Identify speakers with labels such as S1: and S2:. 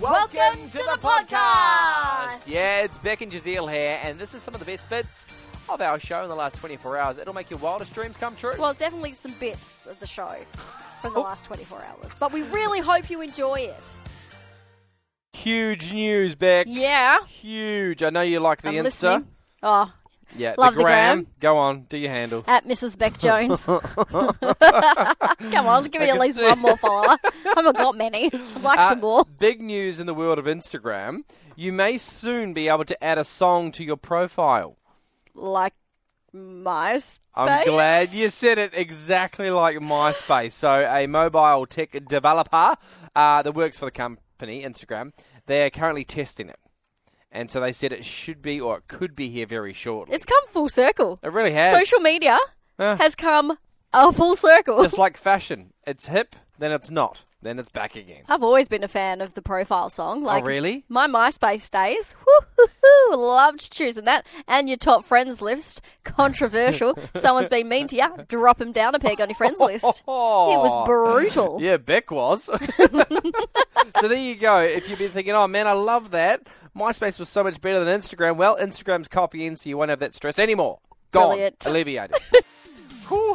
S1: Welcome to the podcast.
S2: Yeah, it's Beck and Giselle here, and this is some of the best bits of our show in the last 24 hours. It'll make your wildest dreams come true.
S1: Well, it's definitely some bits of the show from the last 24 hours, but we really hope you enjoy it.
S2: Huge news, Beck.
S1: Yeah,
S2: Huge. I know you like the
S1: I'm
S2: Insta.
S1: listening. Oh,
S2: Yeah,
S1: Love
S2: the
S1: the
S2: gram.
S1: gram.
S2: Go on, do your handle.
S1: at Mrs. Beck Jones. Come on, give me at least one more follower. I haven't got many. I'd like
S2: Uh,
S1: some more.
S2: Big news in the world of Instagram. You may soon be able to add a song to your profile.
S1: Like MySpace.
S2: I'm glad you said it exactly like MySpace. So, a mobile tech developer uh, that works for the company, Instagram, they're currently testing it. And so they said it should be or it could be here very shortly.
S1: It's come full circle.
S2: it really has.
S1: Social media
S2: Yeah.
S1: has come a full circle.
S2: Uh. Just like fashion. It's hip, then it's not, then it's back again. Oh,
S1: I've always been a fan of the profile song. Like
S2: really?
S1: My MySpace days. Woo-hoo-hoo, loved choosing that. And your top friends list. Controversial. Someone's been mean to you. Drop them down a peg on your friends list. It was brutal.
S2: Yeah, Beck was. so there you go. If you've been thinking, oh man, I love that. MySpace was so much better than Instagram. Well, Instagram's copying, so you won't have that stress anymore. Gone.
S1: Brilliant.
S2: Alleviated. Whew,